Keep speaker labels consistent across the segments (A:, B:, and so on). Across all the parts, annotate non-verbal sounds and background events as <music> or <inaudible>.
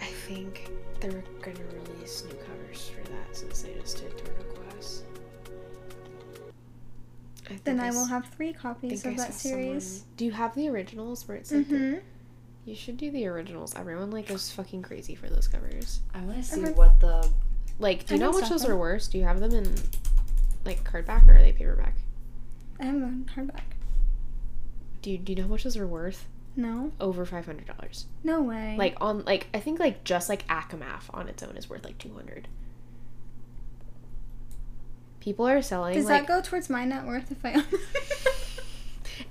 A: think they're gonna release new covers for that since they just did Tornado Glass. I think
B: Then I
A: s-
B: will have three copies
A: think I
B: of that
A: saw someone-
B: series.
A: Do you have the originals where it's like the-
B: Mm-hmm.
A: you should do the originals. Everyone like goes fucking crazy for those covers.
C: I want to see
B: Okay.
C: what the
A: Like, do
C: I
A: you know
C: can
A: which
C: stop
A: those
C: them.
A: are worse? Do you have them in like cardback or are they paperback?
B: I have one hardback.
A: Do you do you know which those are worth?
B: No,
A: Over five hundred dollars.
B: no way.
A: Like on like I think like just like Akamath on its own is worth like two hundred. People are selling
B: does
A: like
B: that go towards my net worth if I?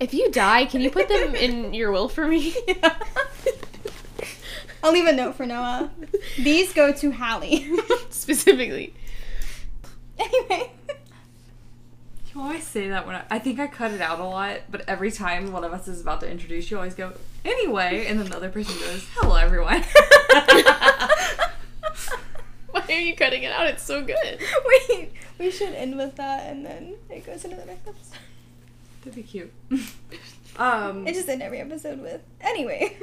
A: if you die, can you put them
B: <laughs>
A: in your will for me?
B: I'll leave a note
A: <laughs>
B: for Noah. <laughs> These go to Hallie. <laughs>
A: specifically.
B: anyway,
C: You always say that when I, I think I cut it out a lot, but every time one of us is about to introduce, you always go, anyway, and then the other person goes, hello, everyone.
A: <laughs>
C: <laughs>
A: Why are you cutting it out? It's so good.
B: <laughs> wait. We should end with that, and then it goes into the next episode.
C: That'd be cute. Um,
B: I just end every episode with
A: <laughs>
B: anyway.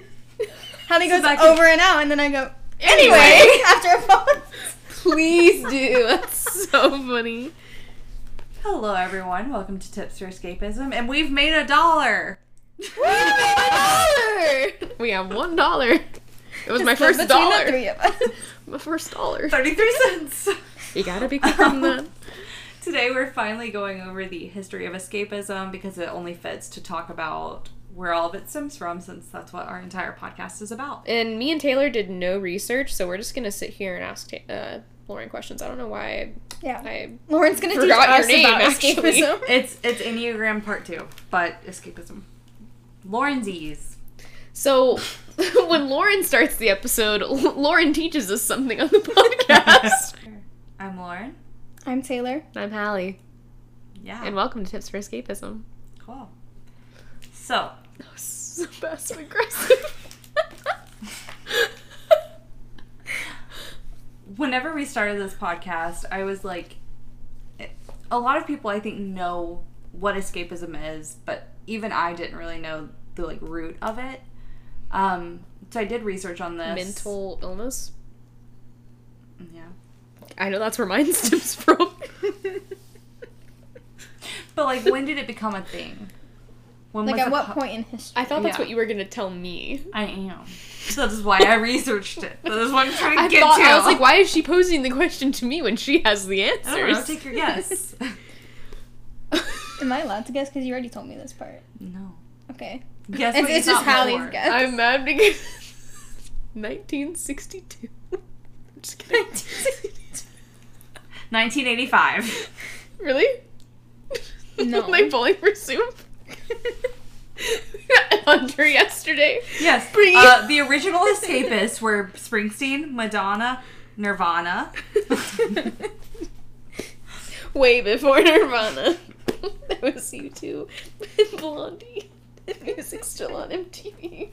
B: Hallie
C: So
B: goes
C: that could-
B: over and out, and then I go anyway, <laughs>
A: Anyway.
B: after a pause.
A: Please do. <laughs> That's so funny.
C: hello, everyone. Welcome to Tips for Escapism, and we've made a dollar.
B: <laughs>
A: We have one dollar. It was my
B: Split
A: first
B: between
A: dollar.
B: The three of us. <laughs>
A: My first dollar.
C: 33 cents.
A: You gotta be quicker than that.
C: <laughs> Today, we're finally going over the history of escapism because it only fits to talk about where all of it stems from, since that's what our entire podcast is
A: <laughs>
C: about.
A: And me and Taylor did no research, so we're just gonna sit here and ask Ta- uh, Lauren questions. I don't know why I,
B: Yeah,
A: I
B: Lauren's gonna teach
A: Forgot your
B: us
A: name,
B: about
A: actually. <laughs>
B: escapism.
C: It's it's Enneagram Part Two, but escapism. Lauren's ease.
A: So <laughs> when Lauren starts the episode, <laughs> L- Lauren teaches us something on the
C: <laughs>
A: podcast.
C: I'm Lauren.
B: I'm Taylor.
A: <laughs> I'm Hallie,
C: Yeah.
A: and welcome to Tips for Escapism.
C: cool. So
A: That was so passive aggressive. <laughs>
C: whenever we started this podcast, I was like, a lot of people I think know what escapism is, but even I didn't really know the like root of it. Um, so I did research on this.
A: Mental illness.
C: Yeah.
A: I know that's where mine <laughs> stems
C: <laughs>
A: from.
C: But like, when did it become a thing? When
B: Like
C: was
B: at
C: the
B: what
C: pu-
B: point in history?
A: I thought that's
C: Yeah.
A: what you were gonna tell me.
C: I am. That is why I researched it. That
A: <laughs>
C: is what I'm trying to
A: I
C: get
A: thought
C: to.
A: I was like, why is she posing the question to me when she has the answers?
C: I don't know. Take
A: <laughs>
C: your guess.
B: Am I allowed to guess? Because you already told me this part.
C: no.
B: Okay.
C: Guess
B: It's,
C: what you
B: it's just
C: thought
B: Hallie's
C: more.
B: guess.
A: I'm mad <laughs> because 1962. Just
C: <laughs>
A: kidding.
C: 1985.
A: <laughs> really? <laughs>
B: No.
A: Am I bowling for soup? <laughs> Under yesterday.
C: Yes.
A: Breathe.
C: Uh, the original escapists were Springsteen, Madonna, Nirvana.
A: <laughs> Way before Nirvana. <laughs> that was you two. And Blondie. And music still on MTV.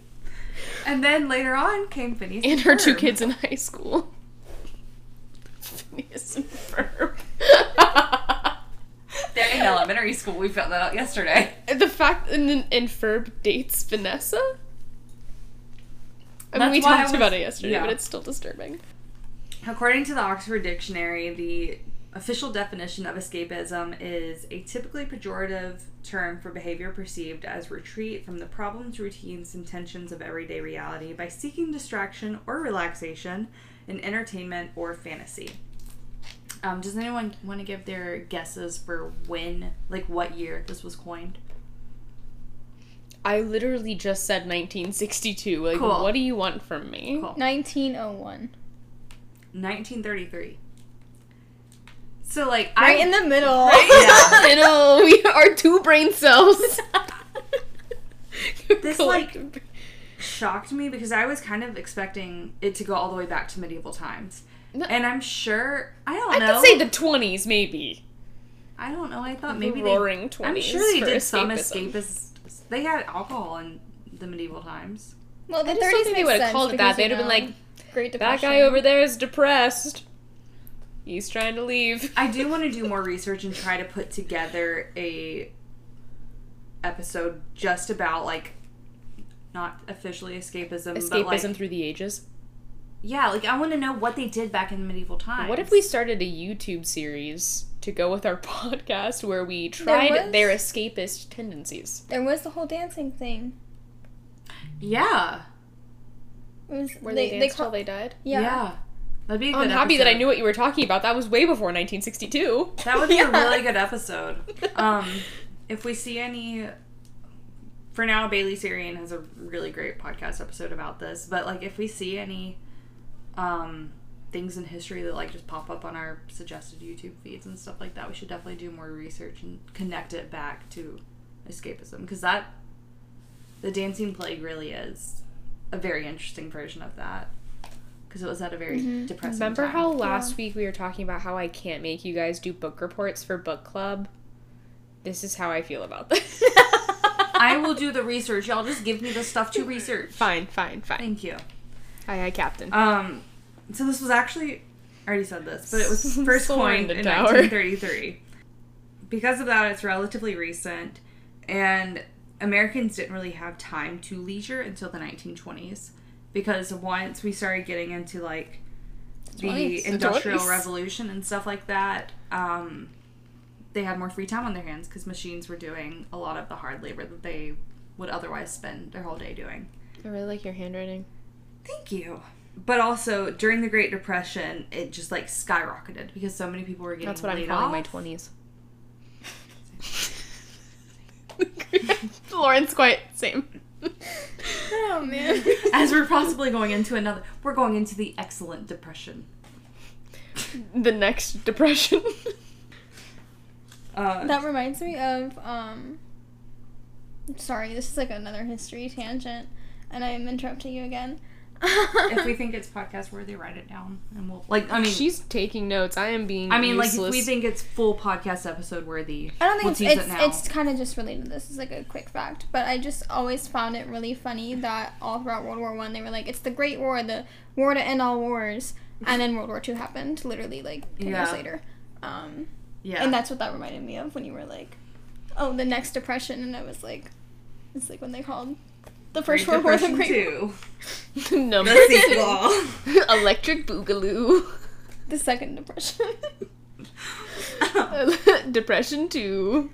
C: And then later on came Phineas
A: And her two
C: Ferb.
A: kids in high school. Phineas and Ferb.
C: They're in elementary school. We found that out yesterday.
A: the fact and then and Ferb dates Vanessa. I mean,
C: That's
A: we
C: why I
A: talked
C: was-
A: about it yesterday,
C: yeah.
A: but it's still disturbing.
C: According to the Oxford Dictionary, the official definition of escapism is a typically pejorative term for behavior perceived as retreat from the problems, routines, and tensions of everyday reality by seeking distraction or relaxation in entertainment or fantasy. Um, does anyone want to give their guesses for when, like what year this was coined?
A: I literally just said 1962. Like,
C: Cool.
A: what do you want from me?
C: Cool.
B: 1901.
C: 1933. So, like, I.
B: Right in the middle.
C: Yeah.
A: <laughs> I know we are two brain cells.
C: <laughs> This,
A: Collective brain-
C: shocked me because I was kind of expecting it to go all the way back to medieval times.
A: No.
C: And I'm sure I don't
A: I
C: know.
A: could say the 20s, maybe.
C: I don't know. I thought Uh, maybe
A: the roaring
C: they.
A: 20s.
C: I'm sure they
A: for
C: did some
A: escapism.
C: escapist. They had alcohol in the medieval times.
B: <laughs> Well, the
A: I just don't
B: 30s
A: think they
B: makes
A: would've
B: sense
A: called it
B: because,
A: that.
B: you
A: They'd have been
B: know, Great
A: That
B: Depression.
A: guy over there is depressed. He's trying to leave.
C: <laughs> I do want to do more research and try to put together a episode just about like not officially escapism, but
A: Escapism
C: like
A: through the ages.
C: Yeah, like I want to know what they did back in medieval times.
A: What if we started a YouTube series to go with our <laughs> podcast where we tried
B: was-
A: their escapist tendencies?
B: There was the whole dancing thing.
C: Yeah.
B: It was
A: Where they, danced
B: ca-
A: till they died?
B: yeah.
C: That'd be a good
A: I'm happy that I
C: episode.
A: knew what you were talking about. That was way before 1962.
C: That would be a
B: Yeah.
C: really good episode. Um, if we see any, for now, Bailey Sarian has a really great podcast episode about this. But like, if we see any um, things in history that like just pop up on our suggested YouTube feeds and stuff like that, we should definitely do more research and connect it back to escapism because that the Dancing Plague really is a very interesting version of that because it was at a very depressing.
A: Remember
C: time.
A: how last week we were talking about how I can't make you guys do book reports for book club? This is how I feel about <laughs> this.
C: I will do the research. Y'all just give me the stuff to research.
A: Fine, fine, fine.
C: Thank you.
A: Aye, aye, Captain.
C: Um, so this was actually I already said this, but
A: <laughs>
C: it was first
A: Soaring
C: coined
A: the
C: in
A: tower.
C: 1933. Because of that, it's relatively recent, and Americans didn't really have time to leisure until the 1920s. Because once we started getting into like the
A: Twenties. The
C: industrial
A: twenties.
C: revolution and stuff like that, um, they had more free time on their hands because machines were doing a lot of the hard labor that they would otherwise spend their whole day doing.
A: I really like your handwriting.
C: Thank you. But also during the Great Depression, it just like skyrocketed because so many people were getting
A: That's what I'm
C: laid
A: calling
C: off.
A: my
C: <laughs>
A: 20s. Lauren's quite same. <laughs>
B: Oh man.
C: As we're possibly going into another, we're going into the excellent depression.
A: The next depression.
C: Uh,
B: that reminds me of um sorry, this is like another history tangent and I am interrupting you again. <laughs>
C: if we think it's podcast worthy, write it down, and we'll like. I mean,
A: She's taking notes. I am being.
C: I mean, like if
A: useless.
C: we think it's full podcast episode worthy,
B: I don't
C: we'll
B: think
C: tease
B: it's
C: it
B: it's,
C: now.
B: it's kind of just related. to This is like a quick fact, but I just always found it really funny that all throughout World War One they were like, "It's the Great War, the war to end all wars," and then World War Two happened literally like ten
C: Yeah.
B: years later, um,
C: yeah. <laughs>
B: and that's what that reminded me of when you were like, "Oh, the next depression," and I was like, "It's like when they called the
C: Great
B: First World War the
C: Depression
B: Great War.
A: <laughs>
C: too.
A: number
C: The sequel.
B: <laughs>
A: electric boogaloo, <laughs>
B: the Second Depression."
C: <laughs>
B: <laughs>
A: depression
C: <laughs>
A: two.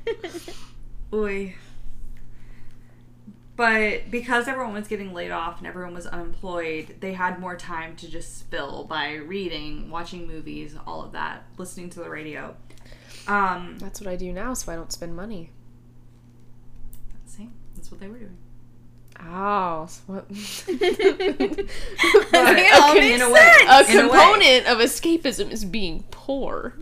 C: Oy. But because everyone was getting laid off and everyone was unemployed, they had more time to just spill by reading, watching movies, all of that, listening to the radio. Um,
A: That's what I do now, so I don't spend money.
C: see, that's what they were doing. <laughs>
A: Oh, what?
B: I think it all
A: Okay,
B: makes
C: in a way.
B: sense.
A: A
C: In a way.
A: component of escapism is being poor.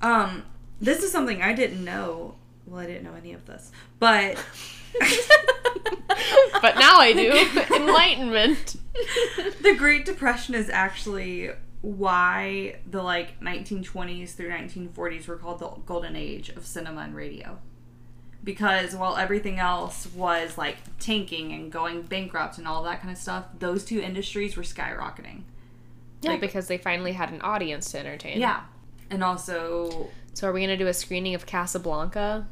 C: Um, this is something I didn't know. Well, I didn't know any of this, but <laughs>
A: But now I do. Enlightenment.
C: the Great Depression is actually why the like 1920s through 1940s were called the golden age of cinema and radio. Because while everything else was like tanking and going bankrupt and all that kind of stuff, those two industries were skyrocketing.
A: Yeah,
C: Like-
A: because they finally had an audience to entertain.
C: Yeah. And also,
A: So are we gonna do a screening of Casablanca?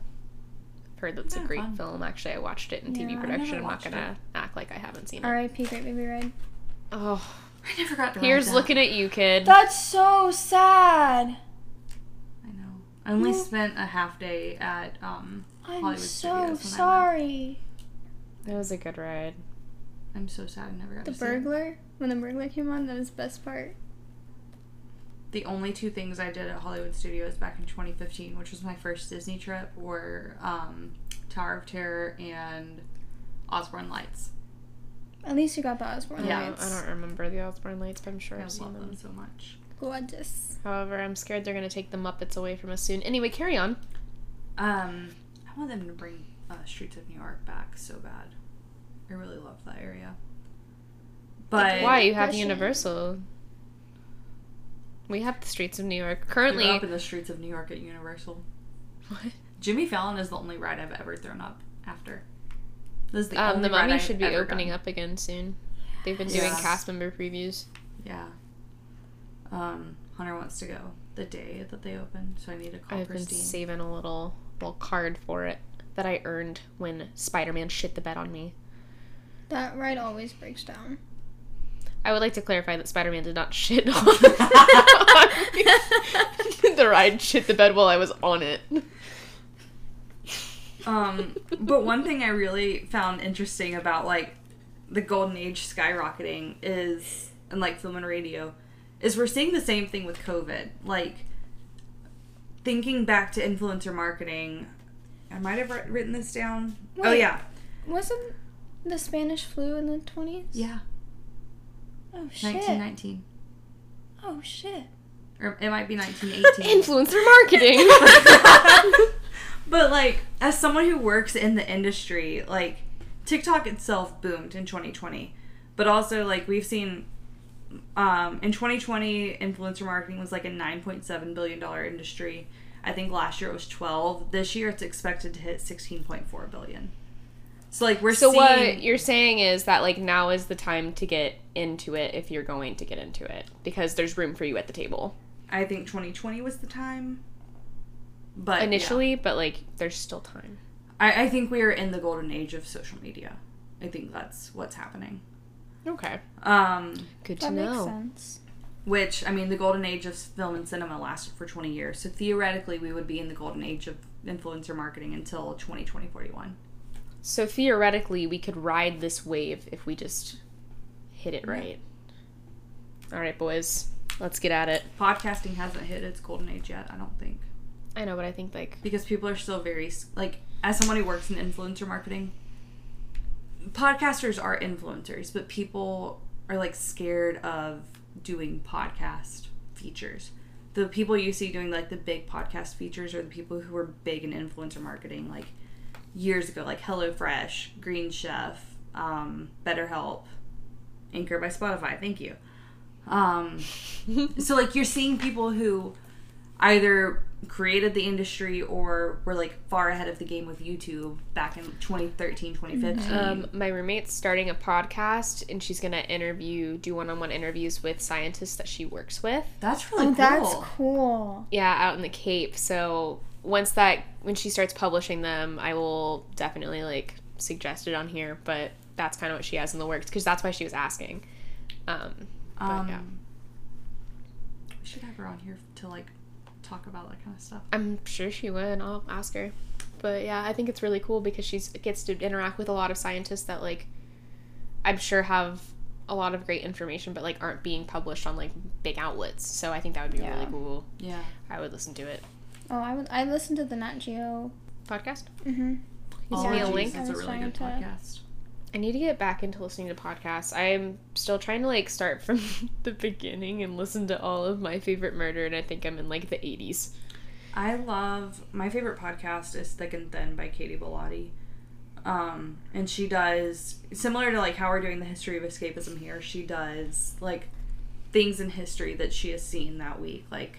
A: I've heard that's a
C: Yeah,
A: great
C: fun.
A: film. Actually, I watched it in TV
B: Yeah, I
A: production.
C: never
A: I'm not
C: watched
A: gonna act like I haven't seen it.
B: R.I.P. Great Baby Red.
A: Oh,
C: I never got around
A: here's
C: to that.
A: looking at you, kid.
B: That's so sad.
C: I know. I only
B: No.
C: spent a half day at um.
B: I'm
C: Hollywood
B: so
C: Studios when I
B: sorry.
A: That was a good ride.
C: I'm so sad I never got
B: The
C: to see it.
B: burglar? When the burglar came on, that was the best part.
C: the only two things I did at Hollywood Studios back in 2015, which was my first Disney trip, were um, Tower of Terror and Osborne Lights.
B: At least you got the Osborne
C: Yeah.
A: I don't,
B: lights.
A: I don't remember the Osborne lights, but I'm sure
C: I
A: I've seen
C: love
A: them.
C: them so much.
B: Gorgeous.
A: However, I'm scared they're gonna take the Muppets away from us soon. Anyway, carry on.
C: Um, I want them to bring uh, Streets of New York back so bad. I really love that area. But
A: Why you have
B: Russian.
A: Universal? We have the streets of New York
C: I grew
A: currently.
C: up in the streets of New York at Universal.
A: <laughs> What?
C: Jimmy Fallon is the only ride I've ever thrown up after. This is the
A: Um,
C: only
A: the
C: ride
A: mummy
C: I've
A: should be
C: ever
A: opening
C: done.
A: up again soon. They've been doing
C: Yes.
A: cast member previews.
C: Yeah. Um, Hunter wants to go the day that they open, so I need to call
A: I've been
C: Christine.
A: saving a little little card for it that I earned when Spider Man shit the bed on me.
B: That ride always breaks down.
A: I would like to clarify that Spider Man did not <laughs> shit on the ride shit the bed while I was on it.
C: <laughs> Um, but
A: <laughs>
C: one thing I really found interesting about like the golden age skyrocketing is, and like film and radio, is we're seeing the same thing with COVID. Like thinking back to influencer marketing, I might have writ- written this down. Oh
B: Wait.
C: yeah,
B: Wasn't the Spanish flu in the 20s?
C: yeah,
B: Oh, shit.
C: nineteen nineteen,
B: Oh, shit.
C: or it might be nineteen <laughs> eighteen.
A: Influencer
C: <laughs>
A: marketing.
C: but like as someone who works in the industry like tiktok itself boomed in 2020 but also like we've seen um, in 2020 influencer marketing was like a 9.7 billion dollar industry i think last year it was 12 this year it's expected to hit 16.4 billion so like we're
A: so
C: seeing
A: what you're saying is that like now is the time to get into it if you're going to get into it because there's room for you at the table
C: i think 2020 was the time but yeah.
A: initially, but like there's still time.
C: I, I think we are in the golden age of social media i think that's what's happening
A: Okay.
C: um
A: Good to
B: That makes
A: know.
B: sense.
C: which I mean, the golden age of film and cinema lasted for 20 years. So theoretically, we would be in the golden age of influencer marketing until 2020, 41.
A: So theoretically, we could ride this wave if we just hit it right. All right, boys, let's get at it.
C: Podcasting hasn't hit its golden age yet, I don't think,
A: I know, but I think like
C: because people are still very s- like as someone who works in influencer marketing, podcasters are influencers, but people are like scared of doing podcast features. The people you see doing like the big podcast features are the people who were big in influencer marketing, like years ago, like HelloFresh, Green Chef, um, BetterHelp, Anchor by Spotify. Thank you. Um, so like you're seeing people who either created the industry or were like far ahead of the game with YouTube back in 2013, 2015.
A: um, my roommate's starting a podcast and she's gonna interview, do one-on-one interviews with scientists that she works with.
C: that's really
B: Oh,
C: cool.
B: that's cool.
A: Yeah, out in the Cape. So once that when she starts publishing them, I will definitely like suggest it on here. But that's kind of what she has in the works because that's why she was asking. Um, but
C: um,
A: yeah.
C: We should have her on here to like talk about that kind of stuff.
A: I'm sure she would. I'll ask her. But yeah, I think it's really cool because she's gets to interact with a lot of scientists that like I'm sure have a lot of great information but like aren't being published on like big outlets. So I think that would be
B: Yeah.
A: really cool.
C: Yeah.
A: I would listen to it.
B: Oh, I, would, I listened to the Nat Geo.
A: Podcast?
B: Mm-hmm.
C: Oh,
A: Is there a link?
C: That's
B: I
C: a
B: was
C: really
B: trying
C: good
B: to-
C: podcast.
A: I need to get back into listening to podcasts. I'm still trying to like start from <laughs> the beginning and listen to all of my favorite murder and I think I'm in like the 80s.
C: I love my favorite podcast is Thick and Thin by Katie Bellotti. Um, and she does similar to like how we're doing the history of escapism here, she does like things in history that she has seen that week. Like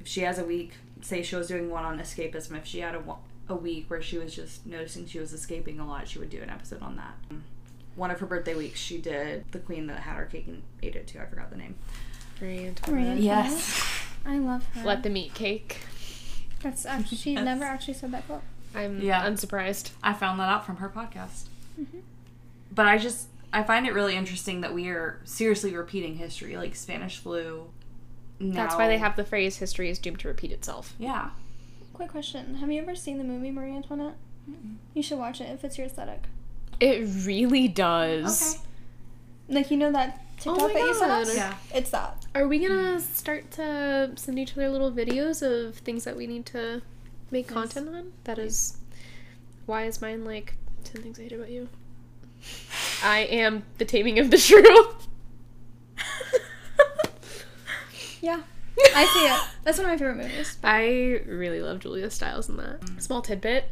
C: if she has a week, say she was doing one on escapism, if she had a, wa- a week where she was just noticing she was escaping a lot, she would do an episode on that. Um, One of her birthday weeks, she did the queen that had her cake and ate it too. I forgot the name.
A: Marie Antoinette.
B: Marie Yes. I love her.
A: Let them eat cake.
C: <laughs>
B: That's actually, she
C: Yes.
B: never actually said that quote.
A: I'm
C: Yeah.
A: unsurprised.
C: <laughs> I found that out from her podcast.
B: Mhm.
C: But I just I find it really interesting that we are seriously repeating history, like Spanish flu.
A: That's
C: now-
A: why they have the phrase "history is doomed to repeat itself."
C: yeah.
B: Quick question. Have you ever seen the movie Marie Antoinette? You should watch it if it's your aesthetic.
A: It really does.
B: Like, you know that TikTok
A: my
B: that you sent
A: God.
B: us?
C: Yeah.
B: It's that.
A: Are we gonna start to send each other little videos of things that we need to make content on? That is, why is mine like ten things I hate about you? I am the taming of the <laughs> shrew.
B: Yeah. I see it.
A: <laughs>
B: That's one of my favorite movies.
A: I really love Julia Stiles in that. Small tidbit.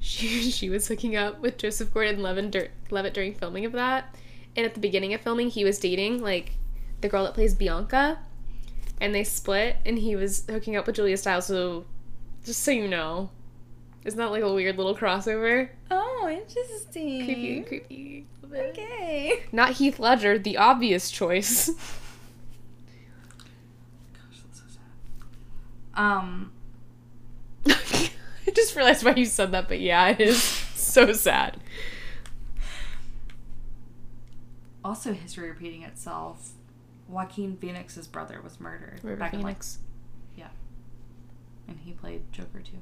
A: She, <laughs> she was hooking up with Joseph Gordon Levin dur- Levitt during filming of that. And at the beginning of filming, he was dating, like, the girl that plays Bianca. And they split, and he was hooking up with Julia Stiles. So, just so you know, isn't that like a weird little crossover?
B: Oh, interesting.
A: Creepy, creepy. Love it.
B: Okay.
A: Not Heath Ledger, the obvious choice. <laughs>
C: Gosh, that's so sad. Um
A: I just realized why you said <laughs> that, but yeah, it is so sad.
C: also history repeating itself. Joaquin Phoenix's brother was murdered
A: River
C: back
A: Phoenix.
C: in like yeah, and he played Joker too.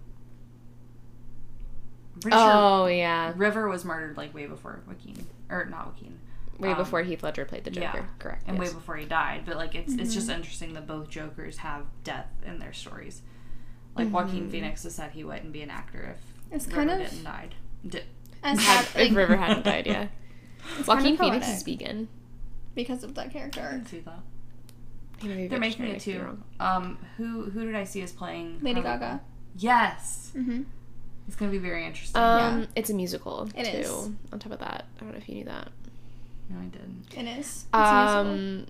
C: I'm pretty
A: Oh yeah,
C: sure River was murdered like way before Joaquin, or not Joaquin,
A: way
C: um,
A: before Heath Ledger played the Joker.
C: yeah.
A: Correct.
C: and
A: yes. Mm-hmm.
C: way before he died. But like it's it's just interesting that both Jokers have death in their stories. Like
A: Mm-hmm.
C: Joaquin Phoenix has said he wouldn't be an actor if
B: It's
C: River
B: kind of
C: didn't died. Di-
B: as
A: Had-
B: hap- like,
A: if River hadn't died, yeah.
B: <laughs> it's kind
A: Joaquin
B: of
A: Phoenix
B: poetic
A: is vegan.
B: because of that
A: Uh,
B: character.
C: see that.
A: He may be
C: They're making
A: vegetarian,
C: it
A: I could be
C: too.
A: wrong.
C: Um, who who did I see as playing
B: Lady
C: Harley
B: Gaga.
C: Quinn? Yes,
B: Mm-hmm.
C: it's gonna be very interesting.
A: Um, it's a musical.
B: It
A: too,
B: is.
A: On top of that, I don't know if you knew that.
C: no, I didn't.
B: It is. It's um,
A: Um,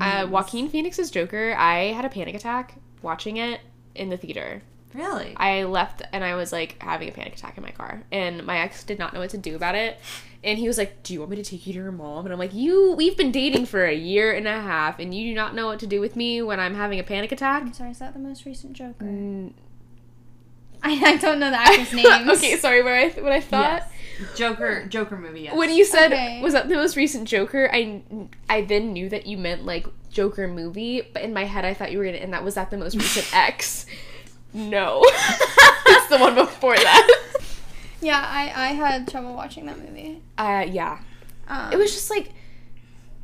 A: uh, Joaquin Phoenix's Joker. I had a panic attack watching it in the theater.
C: Really?
A: I left and I was like having a panic attack in my car, and my ex did not know what to do about it. And he was like, "Do you want me to take you to your mom?" And I'm like, "You, we've been dating for a year and a half, and you do not know what to do with me when I'm having a panic attack."
B: I'm sorry, is that the most recent Joker?
A: Mm.
B: I, I don't know
A: <laughs>
B: the actor's name.
A: okay, sorry, where I what I thought.
C: Yes. Joker Joker movie. Yes.
A: When you said
B: Okay.
A: was that the most recent Joker, I I then knew that you meant like Joker movie, but in my head I thought you were gonna and that was that the most recent X. No, <laughs> it's the one before that.
B: Yeah, I, I had trouble watching that movie.
A: Uh, yeah,
B: Um,
A: it was just like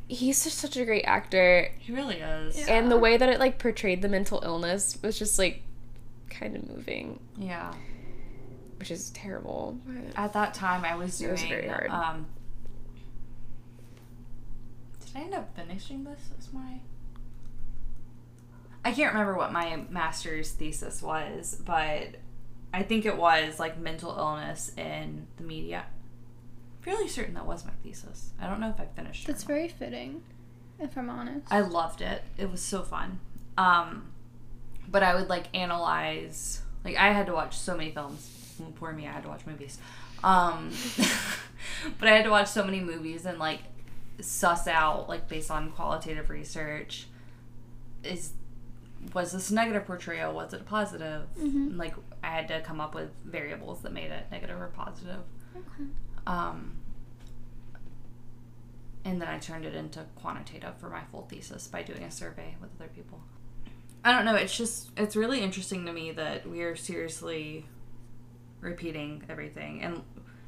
A: he's just such a great actor,
C: he really is.
B: Yeah.
A: and the way that it like portrayed the mental illness was just like kind of moving,
C: Yeah.
A: which is terrible.
C: At that time, I was
A: It
C: doing.
A: was very hard.
C: Um, did I end up finishing this as my? I can't remember what my master's thesis was, but I think it was like mental illness in the media. Fairly certain that was my thesis. I don't know if I finished. it or
B: That's very fitting, if I'm honest.
C: I loved it. It was so fun. Um, but I would like analyze. Like I had to watch so many films. Well, poor me, I had to watch movies. Um, <laughs> but I had to watch so many movies and like suss out like based on qualitative research. Is was this a negative portrayal? Was it a positive? Like I had to come up with variables that made it negative or positive.
B: Okay.
C: Um, and then I turned it into quantitative for my full thesis by doing a survey with other people. I don't know. It's just, it's really interesting to me that we are seriously repeating everything. And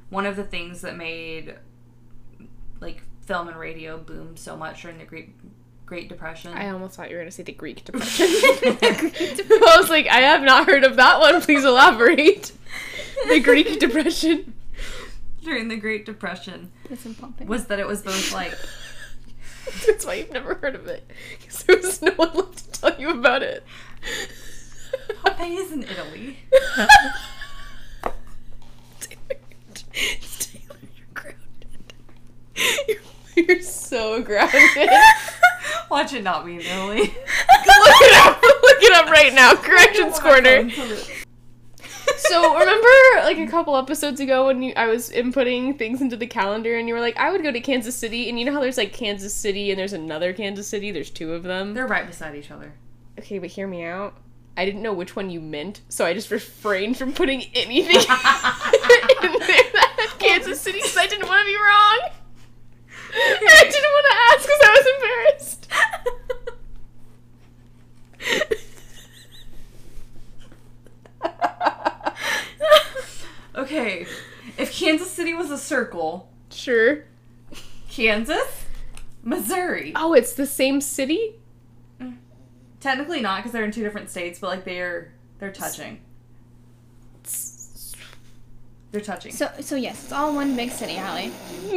C: one of the things that made like film and radio boom so much during the Great, Great Depression.
A: I almost thought you were gonna say the <laughs> Greek Depression. <laughs> I was like, I have not heard of that one. Please elaborate. The
C: <laughs>
A: Greek Depression.
C: during the Great Depression
B: It's pumping.
C: was that it was both like
A: <laughs> That's why you've never heard of it. Because there was no one left to tell you about it.
C: Pompeii is in Italy.
A: Taylor, <laughs> Taylor, you're grounded. You're, you're so grounded.
C: <laughs> Watch it not be in Italy.
A: Look it up. Look it up right now. Corrections
C: <laughs>
A: corner. So remember, like a couple episodes ago, when you, I was inputting things into the calendar, and you were like, "I would go to Kansas City," and you know how there's like Kansas City, and there's another Kansas City. There's two of them.
C: They're right beside each other.
A: Okay, but hear me out. I didn't know which one you meant, so I just refrained from putting anything <laughs> in there that had Kansas City because I didn't want to be wrong. I didn't want to ask because I was embarrassed.
C: okay, if Kansas City was a circle,
A: Sure.
C: Kansas, Missouri.
A: Oh, it's the same city?
C: Technically not because they're in two different states, but like they're they're touching. They're touching. <laughs>
B: so, <laughs> so yes, it's all one big city, Allie.
C: so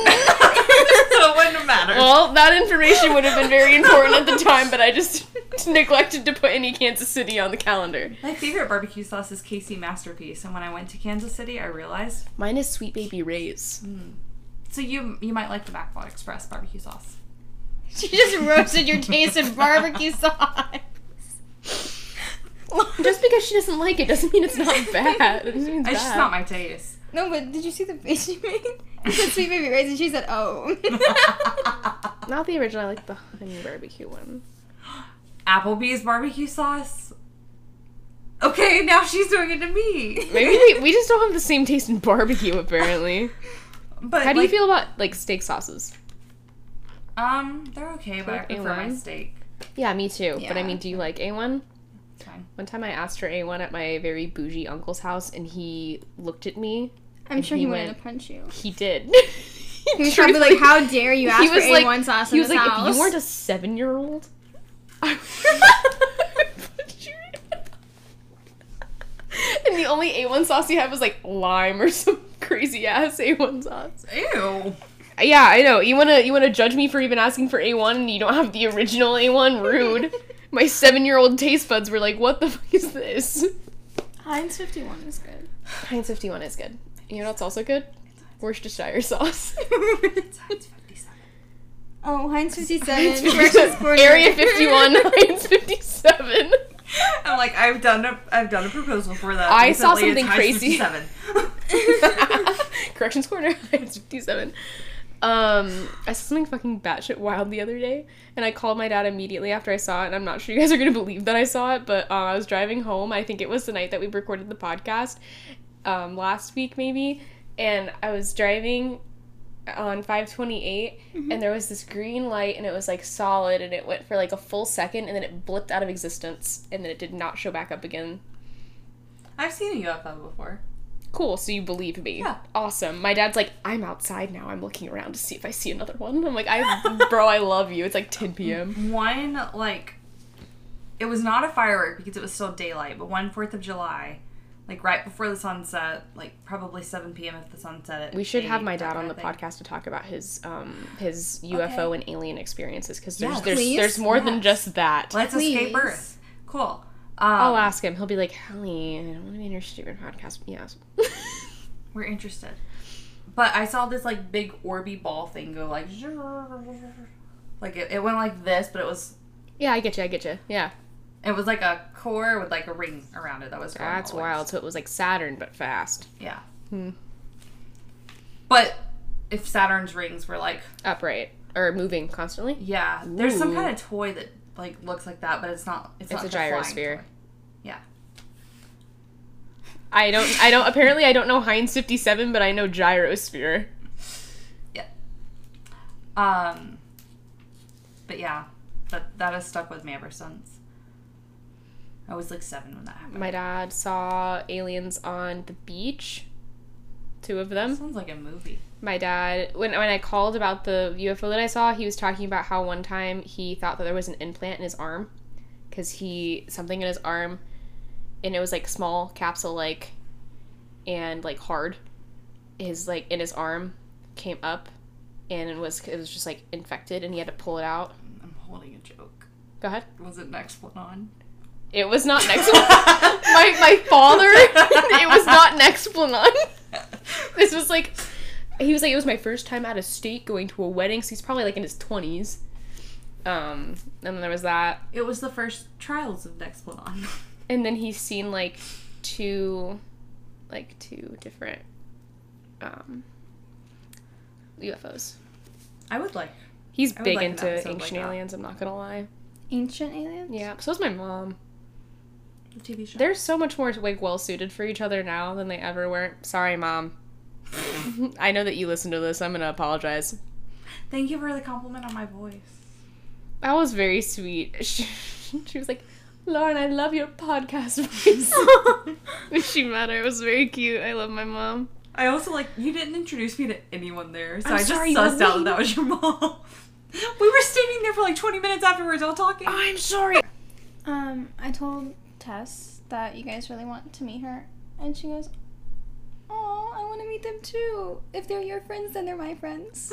C: it wouldn't matter.
A: Well, that information would have been very important at the time, but I just <laughs> neglected to put any Kansas City on the calendar.
C: My favorite barbecue sauce is Casey Masterpiece, and when I went to Kansas City, I realized.
A: Mine is Sweet Baby Ray's.
C: So you you might like the Backlot Express barbecue sauce.
B: She just roasted your taste in
C: <laughs>
B: barbecue sauce. <laughs>
A: Just because she doesn't like it doesn't mean it's <laughs>
C: <laughs>
A: not bad. It doesn't mean it's
C: It's just
A: bad.
C: not my taste.
B: No, but did you see the face she made? She said sweet baby raisin. She said, <laughs> oh.
C: <laughs>
A: Not the original, I like the honey barbecue one.
C: Applebee's barbecue sauce. Okay, now she's doing it to me.
A: Maybe we, we just don't have the same taste in barbecue, apparently.
C: <laughs>
A: <laughs>
C: But
A: How do
C: like,
A: you feel about like steak sauces?
C: Um, they're okay, but I
A: Like
C: prefer my
A: A1?
C: steak.
A: Yeah, me too. But I
B: Yeah.
A: mean, do you like A1?
C: It's fine.
A: One time I asked for A1 at my very bougie uncle's house and he looked at me.
B: I'm
A: And
B: sure
A: he
B: he, wanted
A: went-
B: to punch you.
A: He did. <laughs>
B: He was probably like,
A: Truthfully,
B: "How dare you ask
A: he was
B: for
A: like,
B: A1 sauce
A: He
B: in
A: was
B: this
A: like,
B: house?"
A: if you weren't a seven year old, I <laughs> would put you in." And the only A1 sauce he had was like lime or <laughs> some crazy ass A1 sauce.
C: Ew.
A: Yeah, I know. You wanna you wanna judge me for even asking for A1 and you don't have the original A1? <laughs> Rude. My seven year old taste buds were like, what the fuck is this?
B: <laughs> Heinz 51 is good.
A: Heinz 51 is good. You know what's also good? Worcestershire <laughs> sauce.
C: It's 57.
B: oh, Heinz 57 versus <laughs> Gordon.
A: Area 51, Heinz 57.
C: <laughs> I'm like, I've done a, I've done a proposal for that.
A: I saw
C: recently.
A: something
C: It's
A: crazy.
C: Seven.
A: <laughs> Corrections <laughs> corner. It's 57. Um, I saw something fucking batshit wild the other day, and I called my dad immediately after I saw it. And I'm not sure you guys are gonna believe that I saw it, but uh, I was driving home. I think it was the night that we recorded the podcast, um, last week maybe. And I was driving on 528, and there was this green light, and it was like solid, and it went for like a full second, and then it blipped out of existence, and then it did not show back up again
C: <laughs> I've seen a UFO before.
A: cool so you believe me
C: Yeah.
A: awesome my dad's like i'm outside now i'm looking around to see if i see another one i'm like i bro i love you it's like
C: <laughs>
A: 10 p.m
C: One like, it was not a firework because it was still daylight, but one Fourth of July, like right before the sunset, like probably 7 p.m. if the sun set. At
A: we should have
C: 8,
A: my
C: that
A: dad
C: kind
A: on the
C: of thing.
A: podcast to talk about his um his ufo and alien experiences because there's
C: Yes.
A: there's
B: Please?
A: there's more than
C: Yes.
A: just that
C: Let's escape
B: Please.
C: Earth. Cool. Um,
A: i'll ask him he'll be like helly i don't want to be in your stupid podcast yes
C: We're interested. But I saw this like big Orby ball thing go like, like it, it went like this, but it was
A: <laughs> yeah i get you i get you yeah
C: it was like a core with like a ring around it. That was going
A: that's
C: all the way.
A: wild so it was like saturn but fast
C: Yeah.
A: Hmm.
C: But if Saturn's rings were like,
A: upright or moving constantly
C: yeah, there's some
A: Ooh.
C: kind of toy that like looks like that, but it's not. It's,
A: it's
C: not
A: a
C: the flying
A: gyrosphere
C: toy. Yeah.
A: i don't i don't apparently i don't know heinz 57 but i know gyrosphere
C: Um. But yeah, that that has stuck with me ever since. I was like seven when that happened.
A: My dad saw aliens on the beach. Two of them.
C: Sounds like a movie.
A: My dad, when, when I called about the UFO that I saw, he was talking about how one time he thought that there was an implant in his arm because he, something in his arm, and it was like small capsule like and like hard. His like in his arm came up and it was, it was just like infected and he had to pull it out.
C: I'm holding a joke.
A: Go ahead.
C: Was it Nexplanon? <laughs>
A: It was not next. <laughs> my, my father, <laughs> it was not next <laughs> <laughs> this was like he was like it was my first time out of state going to a wedding so he's probably like in his 20s um and then there was that
C: It was the first trials
A: <laughs>
C: of Nexplanon.
A: and then he's seen like two like two different um ufos
C: I would like.
A: he's
C: I would
A: big
C: like an
A: into
C: episode
A: ancient
C: like that.
A: aliens i'm not gonna lie
B: Ancient aliens?
A: yeah so is my mom
C: a TV show.
A: they're so much more like well suited for each other now than they ever were sorry mom <laughs> i know that you listen to this i'm gonna apologize
C: Thank you for the compliment on my voice.
A: That was very sweet. <laughs> She, she was like, Lauren, I love your podcast <laughs> voice. when she met her, it was very cute. I love my mom.
C: I also like you didn't introduce me to anyone there, so i
A: I'm
C: just
A: sorry, you
C: sussed
A: were
C: out that
A: late.
C: that was your <laughs> mom. we were standing there for like 20 minutes afterwards, all talking.
A: Oh, I'm sorry.
B: Um, I told Tess that you guys really want to meet her, and she goes, "Oh, I want to meet them too. If they're your friends, then they're my <laughs> friends."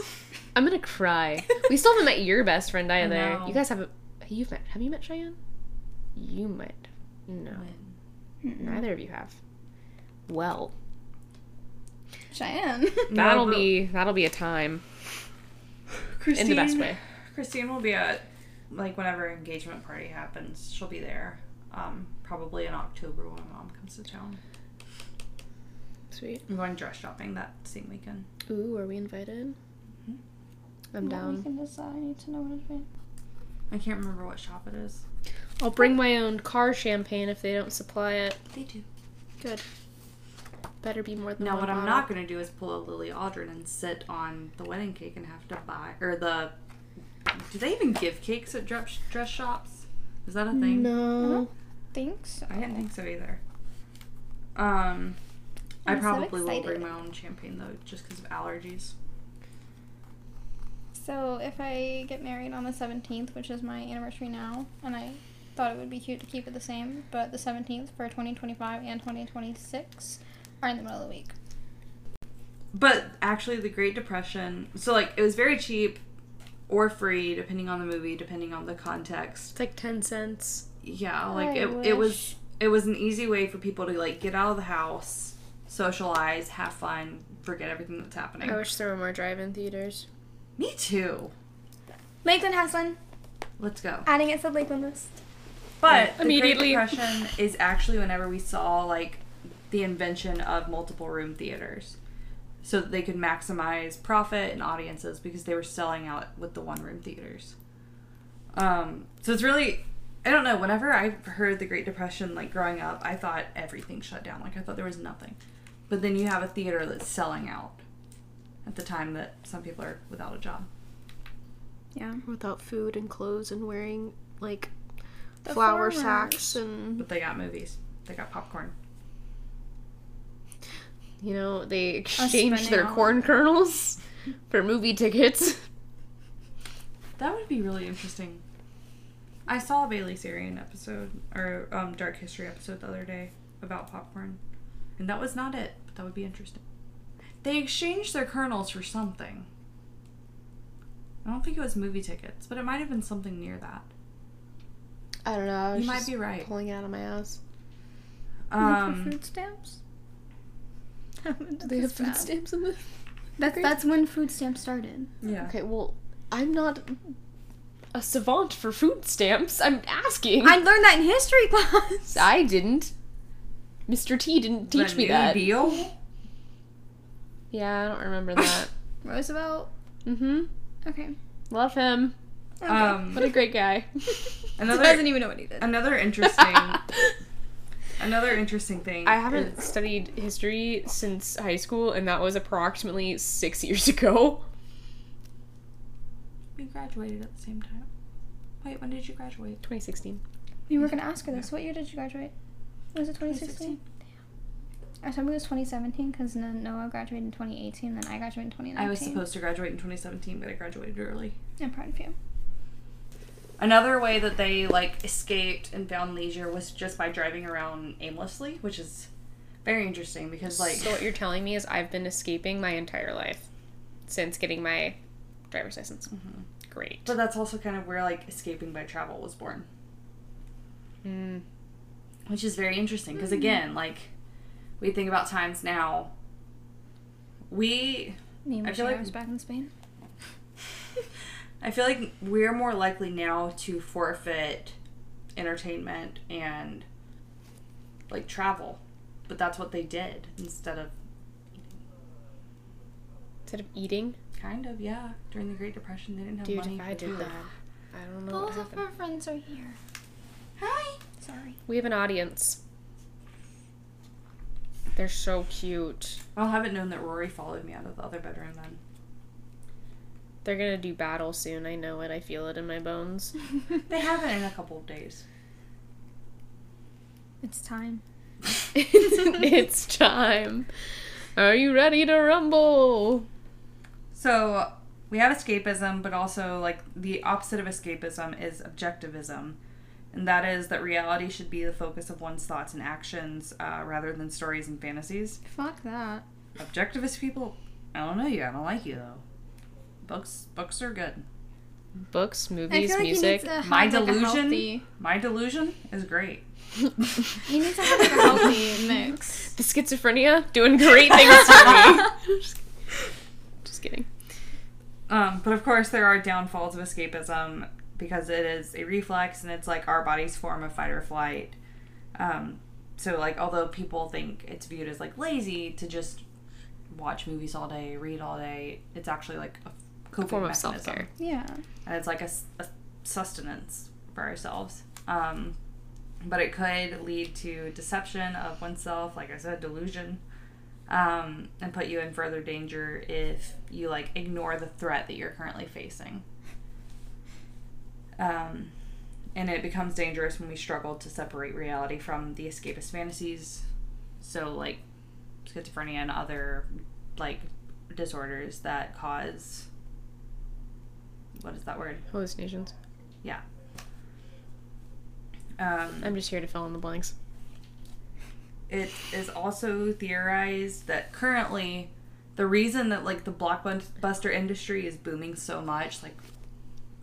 A: I'm gonna cry. We still haven't met your best friend either.
C: know.
A: You guys haven't. You've met. Have you met Cheyenne? You might. No,
B: Mm-mm.
A: neither of you have. Well,
B: Cheyenne. <laughs>
C: No,
A: that'll
C: but
A: be that'll be a time
C: Christine,
A: in the best way.
C: Christine will be at like whenever engagement party happens, she'll be there. Um, probably in October when my mom comes to town.
A: Sweet.
C: I'm going dress shopping that same weekend.
A: Ooh, are we invited? Mm-hmm.
C: Mhm.
A: I'm
B: Well, We
A: down.
B: can decide. I need to know in advance.
C: I can't remember what shop it is.
A: I'll bring my own car champagne if they don't supply it.
C: They do.
A: Better be more than
C: Now,
B: Oh,
A: one
C: what I'm
A: bottle.
C: not gonna do is pull a Lily Aldrin and sit on the wedding cake and have to buy or the Do they even give cakes at dress, dress shops? Is that a thing?
B: I
A: No.
B: don't think so.
C: I didn't think so either. Um, i
B: I'm so
C: probably will bring
B: excited.
C: my own champagne though, just because of allergies.
B: So if I get married on the 17th, which is my anniversary now, and I thought it would be cute to keep it the same, but the 17th for 2025 and 2026 are in the middle of the week.
C: But actually, the Great Depression. So like, it was very cheap or free, depending on the movie, depending on the context.
A: It's like 10 cents.
C: yeah like
B: I
C: it, it was
B: wish.
C: it was an easy way for people to like get out of the house socialize have fun forget everything that's happening
A: I wish there were more drive in theaters.
C: me too
B: Lakeland has one.
C: let's go
B: Adding it to the Lakeland list.
C: but
A: Immediately.
C: the great depression is actually whenever we saw like the invention of multiple room theaters so that they could maximize profit and audiences because they were selling out with the one room theaters um so it's really i don't know whenever i heard the great depression like growing up i thought everything shut down like i thought there was nothing but then you have a theater that's selling out at the time that some people are without a job
B: Yeah.
A: Without food and clothes and wearing like
B: The
A: flour
B: farmers.
A: sacks and
C: but they got movies they got popcorn
A: you know, they exchanged
B: spinning
A: their <laughs>
B: out.
A: corn kernels for movie tickets.
C: That would be really interesting. I saw a Bailey Sarian episode or um, Dark History episode the other day about popcorn, and that was not it. But that would be interesting. They exchanged their kernels for something. I don't think it was movie tickets, but it might have been something near that.
A: I don't know. I was
C: You might
A: just
C: be right.
A: Pulling it out of my ass.
B: for
C: Um,
B: food <laughs> stamps.
A: They have food stamps in the.
B: That's that's when food stamps started.
C: yeah.
A: Okay, well, I'm not a savant for food stamps. I'm asking.
B: I learned that in history class.
A: I didn't. Mr. T didn't teach
C: The
A: me
C: New
A: that.
C: Deal.
A: Yeah, I don't <laughs> remember that.
B: <laughs> Roosevelt.
A: mm-hmm.
B: Okay.
A: Love him.
B: okay.
C: Um,
A: What a great <laughs> guy.
C: Another-
B: doesn't even know what he did.
A: <laughs>
C: Another interesting, another interesting thing.
A: I haven't
C: is-
A: studied history since high school, and that was approximately six years ago.
C: We graduated at the same time. Wait, when did you graduate?
A: 2016.
B: We were gonna ask her this. What year did you graduate? Was it 2016?
C: 2016.
B: I thought it was 2017 because Noah graduated in 2018, then I graduated in 2019.
C: I was supposed to graduate in 2017, but I graduated early.
B: I'm proud of you.
C: Another way that they like escaped and found leisure was just by driving around aimlessly, which is very interesting because like
A: so what you're telling me is I've been escaping my entire life since getting my driver's license.
C: Mhm.
A: Great.
C: <laughs> but that's also kind of where like escaping by travel was born,
A: Mm.
C: which is very interesting because
A: Mm-hmm.
C: again, like we think about times now
A: <laughs>
C: we
B: Me and
C: I
B: I
C: feel like-
B: was back in Spain.
C: I feel like we're more likely now to forfeit entertainment and like travel, but that's what they did instead of
A: Instead of eating,
C: Kind of, yeah. During the Great Depression, they didn't have
A: dude,
C: money.
A: if I
C: for
A: did
C: food.
A: that, I don't know what
B: Both of
A: happened.
B: our friends are here.
C: Hi.
B: Sorry.
A: We have an audience. They're so cute.
C: I'll have it known that Rory followed me out of the other bedroom then.
A: They're gonna do battle soon. I know it. I feel it in my
B: <laughs>
A: bones. <laughs>
C: They haven't in a couple of days.
B: It's time.
A: it's time. Are you ready to rumble?
C: So we have escapism, but also like the opposite of escapism is objectivism, and that is that reality should be the focus of one's thoughts and actions uh, rather than stories and fantasies.
B: Fuck that.
C: Objectivist people, I don't know you. I don't like you though. Books, books are good.
A: Books,
B: I
A: movies,
B: feel like
A: music.
B: you need to have
C: My
B: like, a
C: delusion.
B: healthy-
C: My delusion is great.
B: you need to have like, a <laughs> healthy mix.
A: The schizophrenia doing great things to
B: <laughs>
A: me. Just kidding.
C: Um, but of course, there are downfalls of escapism because it is a reflex and it's like our body's form of fight or flight. Um, so, like, although people think it's viewed as like lazy to just watch movies all day, read all day, it's actually like a coping
A: A form of
C: mechanism.
A: self care.
B: Yeah.
C: And it's like a, s- a sustenance for ourselves. Um, but it could lead to deception of oneself, like I said, delusion, um, and put you in further danger if you like ignore the threat that you're currently facing. Um, and it becomes dangerous when we struggle to separate reality from the escapist fantasies. So, like schizophrenia and other like disorders that cause what is that word?
A: Hallucinations.
C: Yeah. Um,
A: I'm just here to fill in the blanks.
C: it is also theorized that currently the reason that like the blockbuster industry is booming so much like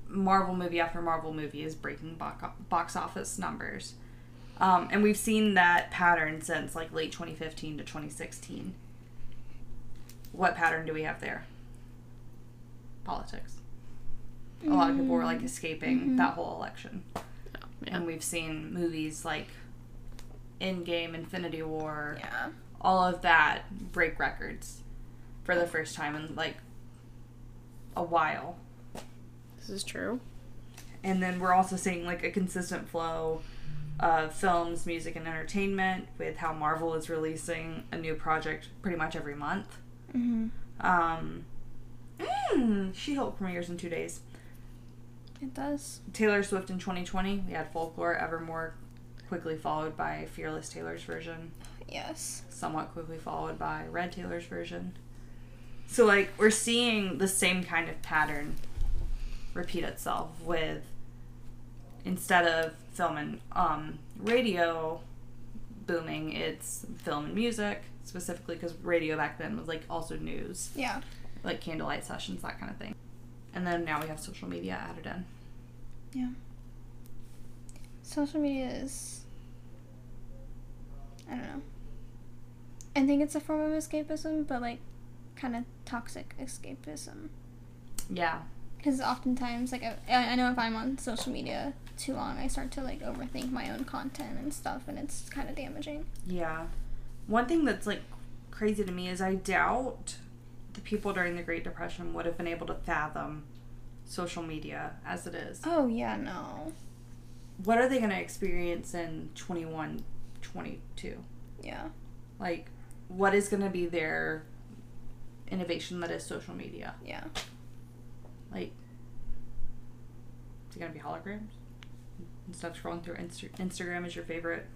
C: marvel movie after marvel movie is breaking box, box office numbers um, and we've seen that pattern since like late 2015 to 2016 what pattern do we have there politics a lot of people were like escaping that whole election
A: Oh, yeah.
B: Um,
C: and we've seen movies like Endgame, Infinity War,
B: Yeah.
C: all of that break records for the first time in like a while.
A: This is true.
C: And then we're also seeing like a consistent flow of films, music, and entertainment with how Marvel is releasing a new project pretty much every month.
B: Mm-hmm.
C: Um, mm, she Hulk premieres in two days.
B: It does.
C: Taylor Swift in 2020, we had Folklore, Evermore, quickly followed by Fearless Taylor's version.
B: Yes.
C: somewhat quickly followed by Red Taylor's version. So like we're seeing the same kind of pattern repeat itself with instead of film and um, radio booming, it's film and music specifically because radio back then was like also news,
B: Yeah.
C: like candlelight sessions, that kind of thing. And then now we have social media added in.
B: Social media is. I don't know. I think it's a form of escapism, but like, kind of toxic escapism.
C: Yeah,
B: Because oftentimes, like, I, I know if I'm on social media too long, I start to like overthink my own content and stuff, and it's kind of damaging.
C: Yeah. One thing that's like crazy to me is I doubt the people during the Great Depression would have been able to fathom social media as it is.
B: Oh yeah, no.
C: What are they going to experience in 21, 22?
B: Yeah.
C: Like, what is going to be their innovation that is social media?
B: Yeah.
C: Like, is it going to be holograms? Instead of scrolling through Insta- Instagram as your favorite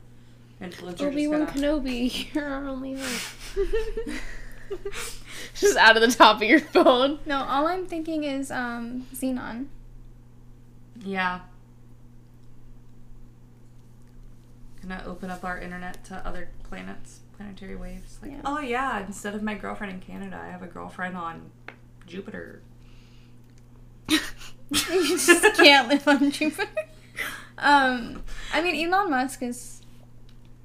C: influencer,
A: Obi Wan
C: just gonna-
A: Kenobi, <laughs> you're our only hope.
B: <laughs>
A: <laughs> just out of the top of your phone. <laughs>
B: No, all I'm thinking is um Xenon. <laughs>
C: Yeah. Gonna open up our internet to other planets, planetary waves. Like,
B: Yeah.
C: oh yeah, instead of my girlfriend in Canada, I have a girlfriend on Jupiter.
B: you just can't live on Jupiter. Um, I mean, Elon Musk is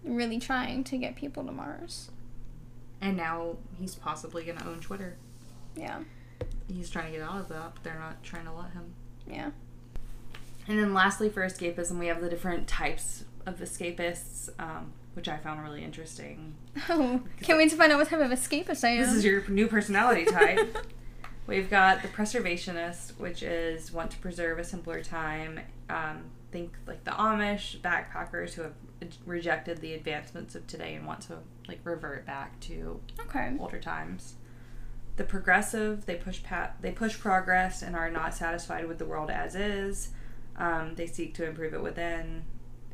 B: really trying to get people to Mars.
C: And now he's possibly gonna own Twitter.
B: Yeah,
C: He's trying to get out of that, but they're not trying to let him.
B: yeah. <laughs>
C: And then lastly, for escapism, we have the different types of escapists, um, which I found really interesting.
B: Oh, can't wait to find out what type of escapist I am.
C: This is your new
B: <laughs>
C: personality type. We've got the preservationist, which is want to preserve a simpler time. Um, think like the Amish backpackers who have rejected the advancements of today and want to like revert back to
B: okay.
C: older times. The progressive, they push pa- they push progress and are not satisfied with the world as is. Um, they seek to improve it within,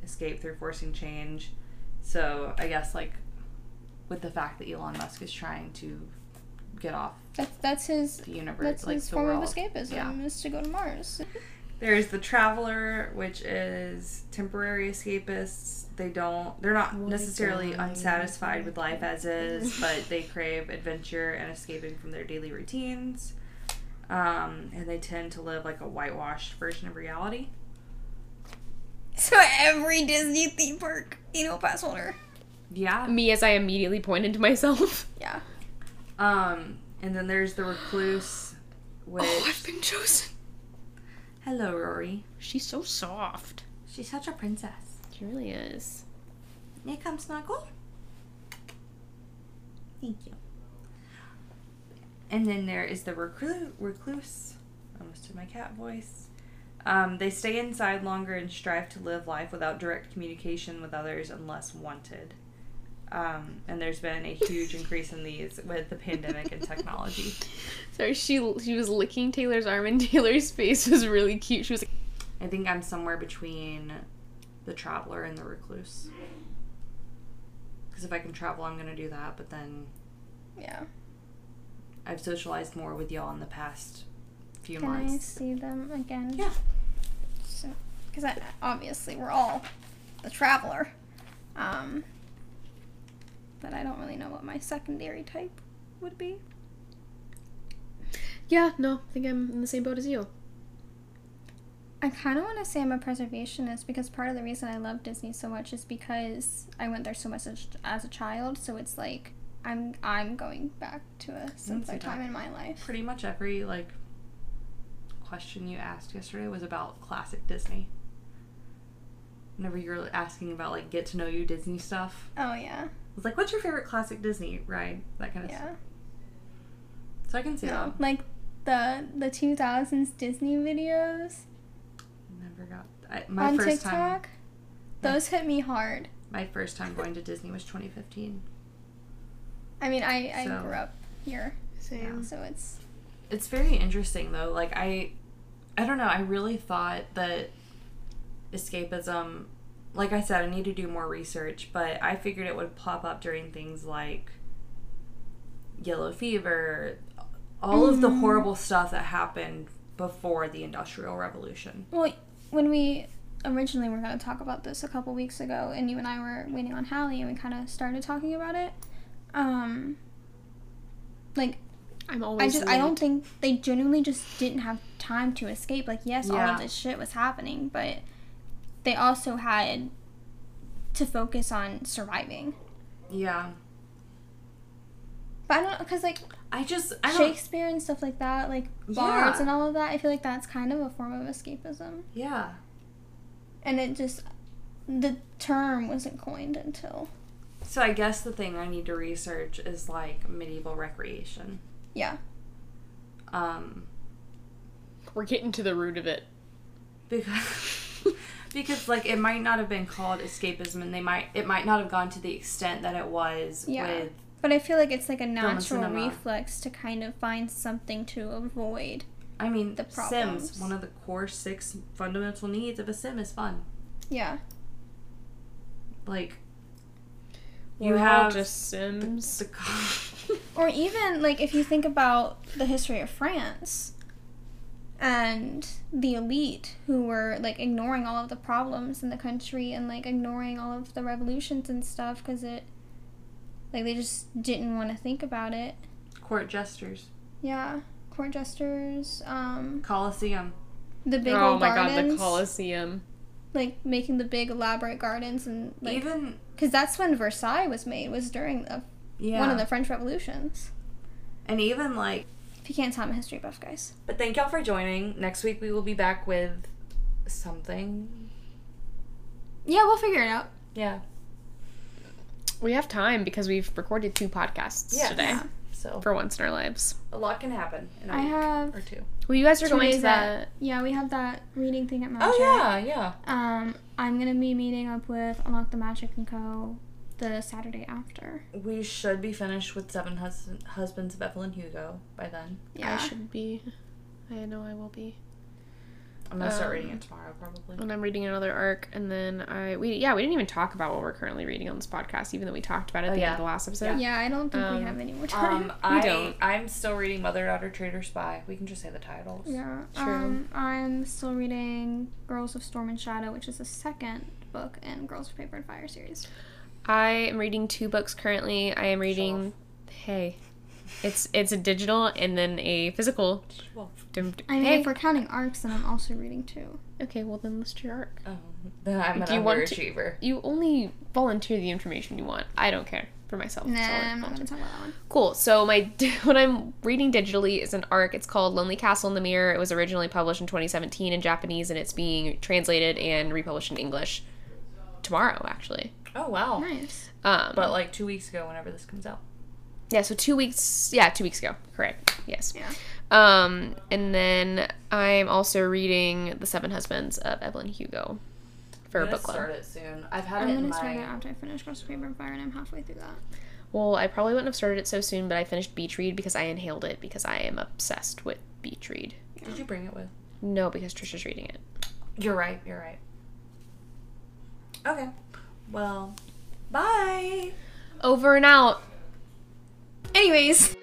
C: escape through forcing change. So I guess like with the fact that Elon Musk is trying to get off
B: That's that's his
C: the universe,
B: that's
C: like
B: his
C: the
B: form
C: world.
B: of escapism
C: Yeah.
B: is to go to
C: <laughs>
B: Mars.
C: There's the traveler, which is temporary escapists. They don't they're not
A: What
C: necessarily
A: do I
C: unsatisfied with life as is, but they crave adventure and escaping from their daily routines. Um, and they tend to live like a whitewashed version of reality.
B: So every Disney theme park, you know, pass holder.
C: Yeah.
A: Me as I immediately pointed to myself.
B: Yeah.
C: Um, and then there's the recluse, which
A: Oh, been chosen.
C: hello Rory.
A: She's so soft.
C: She's such a princess.
A: She really is. <laughs>
C: Here comes Snuggle. Thank you. And then there is the recluse. recluse. I Almost to my cat voice. Um, they stay inside longer and strive to live life without direct communication with others unless wanted. Um, and there's been a huge increase in these with the pandemic and technology.
A: <laughs> Sorry, she she was licking Taylor's arm and Taylor's face was really cute. She was like,
C: I think I'm somewhere between the traveler and the recluse. Because if I can travel, I'm going to do that. But then
B: Yeah.
C: I've socialized more with y'all in the past few
B: Can I
C: months.
B: see them again?
C: Yeah.
B: So, because I obviously we're all the traveler. Um. But I don't really know what my secondary type would be.
A: Yeah, no, I think I'm in the same boat as you.
B: I kind of want to say I'm a preservationist because part of the reason I love Disney so much is because I went there so much as, as a child. So it's like I'm I'm going back to a simpler
C: see that.
B: time in my life.
C: Pretty much every like question you asked yesterday was about classic Disney. Whenever you're asking about like get to know you Disney stuff,
B: Oh yeah,
C: I was like, "What's your favorite classic Disney ride?" That kind of
B: yeah.
C: stuff. So I can see
B: No,
C: that.
B: like the the 2000s Disney videos
C: Never got I, my
B: on
C: first
B: TikTok.
C: time.
B: Those hit me hard.
C: My first time going to Disney was 2015.
B: I mean, I I
C: So-
B: grew up here,
A: Same.
B: so it's
C: It's very interesting though. Like I I don't know, I really thought that escapism like I said, I need to do more research, but I figured it would pop up during things like yellow fever, all of the horrible stuff that happened before the industrial revolution.
B: Well, when we originally were going to talk about this a couple weeks ago, and you and I were waiting on Hallie, and we kind of started talking about it. Um, like
A: I'm
B: I
A: always.
B: just I don't think they genuinely just didn't have time to escape. Like yes, all
C: Yeah.
B: of this shit was happening, but they also had to focus on surviving.
C: Yeah.
B: But I don't because like
C: I just I don't
B: Shakespeare and stuff like that, like bards
C: Yeah.
B: and all of that. I feel like that's kind of a form of escapism,
C: yeah.
B: and it just the term wasn't coined until
C: So I guess the thing I need to research is like medieval recreation.
B: yeah.
C: Um
A: We're getting to the root of <laughs> it.
C: because <laughs> because like it might not have been called escapism and they might it might not have gone to the extent that it was
B: Yeah.
C: with
B: But I feel like it's like a
C: and
B: natural
C: cinema.
B: reflex to kind of find something to avoid.
C: I mean
B: The
C: Sims
B: problems.
C: one of the core six fundamental needs of a sim is fun
B: Yeah.
C: like You
A: We're all
C: have
A: just Sims.
C: the
A: <laughs>
C: <laughs> co-
B: Or even like if you think about the history of France and the elite who were like ignoring all of the problems in the country and like ignoring all of the revolutions and stuff because it like they just didn't want to think about it.
C: court jesters
B: Yeah. Court jesters, um,
C: Colosseum
B: the big
A: oh
B: old
A: my god,
B: gardens,
A: the Colosseum.
B: like making the big elaborate gardens and like
C: even
B: Because that's when Versailles was made, was during the,
C: yeah
B: one of the French revolutions.
C: and even like
B: If you can't tell, I'm a history buff, guys.
C: but thank y'all for joining next week we will be back with something
B: Yeah, we'll figure it out.
C: yeah
A: We have time because we've recorded two podcasts
C: Yes.
A: today
B: Yeah.
C: so
A: for once in our lives.
C: a lot can happen in a
B: I
C: week
B: have.
C: or two.
A: Well, you guys are
B: two
A: going to
B: days
A: that.
B: at- yeah, we have that reading thing at Magic.
C: Oh yeah, yeah.
B: Um, I'm gonna be meeting up with Unlock the Magic and Co. the Saturday after.
C: We should be finished with Seven Hus- Husbands of Evelyn Hugo by then.
B: Yeah.
A: I should be. I know I will be.
C: I'm gonna start reading
A: Um,
C: it tomorrow, probably.
A: And I'm reading another arc, and then I we yeah we didn't even talk about what we're currently reading on this podcast, even though we talked about it at
C: Oh,
A: the
C: yeah.
A: end of the last episode.
B: Yeah, I don't think
A: Um,
B: we have any more
A: <laughs>
B: time.
C: <laughs> Um, I
A: don't.
C: I'm still reading Mother, Daughter, Traitor, Spy. We can just say the titles.
B: yeah.
A: true.
B: Um, I'm still reading Girls of Storm and Shadow, which is the second book in Girls of Paper and Fire series.
A: I am reading two books currently. I am reading. Hey, it's it's a digital and then a physical.
C: Well,
A: Dum-
B: I mean,
A: hey.
B: if we're counting arcs, then I'm also reading two.
A: Okay, well then list your arc.
C: um, <laughs> then I'm an
A: Do you want to-
C: underachiever.
A: You only volunteer the information you want. I don't care for myself.
B: Nah,
A: It's all I
B: I'm not
A: want.
B: gonna talk about that one.
A: Cool. So my <laughs> what I'm reading digitally is an arc. It's called Lonely Castle in the Mirror. It was originally published in 2017 in Japanese, and it's being translated and republished in English tomorrow, actually.
C: Oh wow!
B: Nice.
A: Um,
C: But like two weeks ago, whenever this comes out.
A: yeah, so two weeks. Yeah, two weeks ago. Correct. Yes.
B: Yeah.
A: Um, and then I'm also reading The Seven Husbands of Evelyn Hugo for a
C: I'm gonna
A: book club.
C: Start it soon. I've had
B: I'm
C: it in
B: gonna
C: my.
B: start it after I finish Cross Paper and Fire, and I'm halfway through that.
A: Well, I probably wouldn't have started it so soon, but I finished Beach Read because I inhaled it because I am obsessed with Beach Read.
C: Did you bring it with?
A: No, because Trisha's reading it.
D: You're right. You're right.
C: Okay. Well, bye.
A: Over and out.
B: Anyways.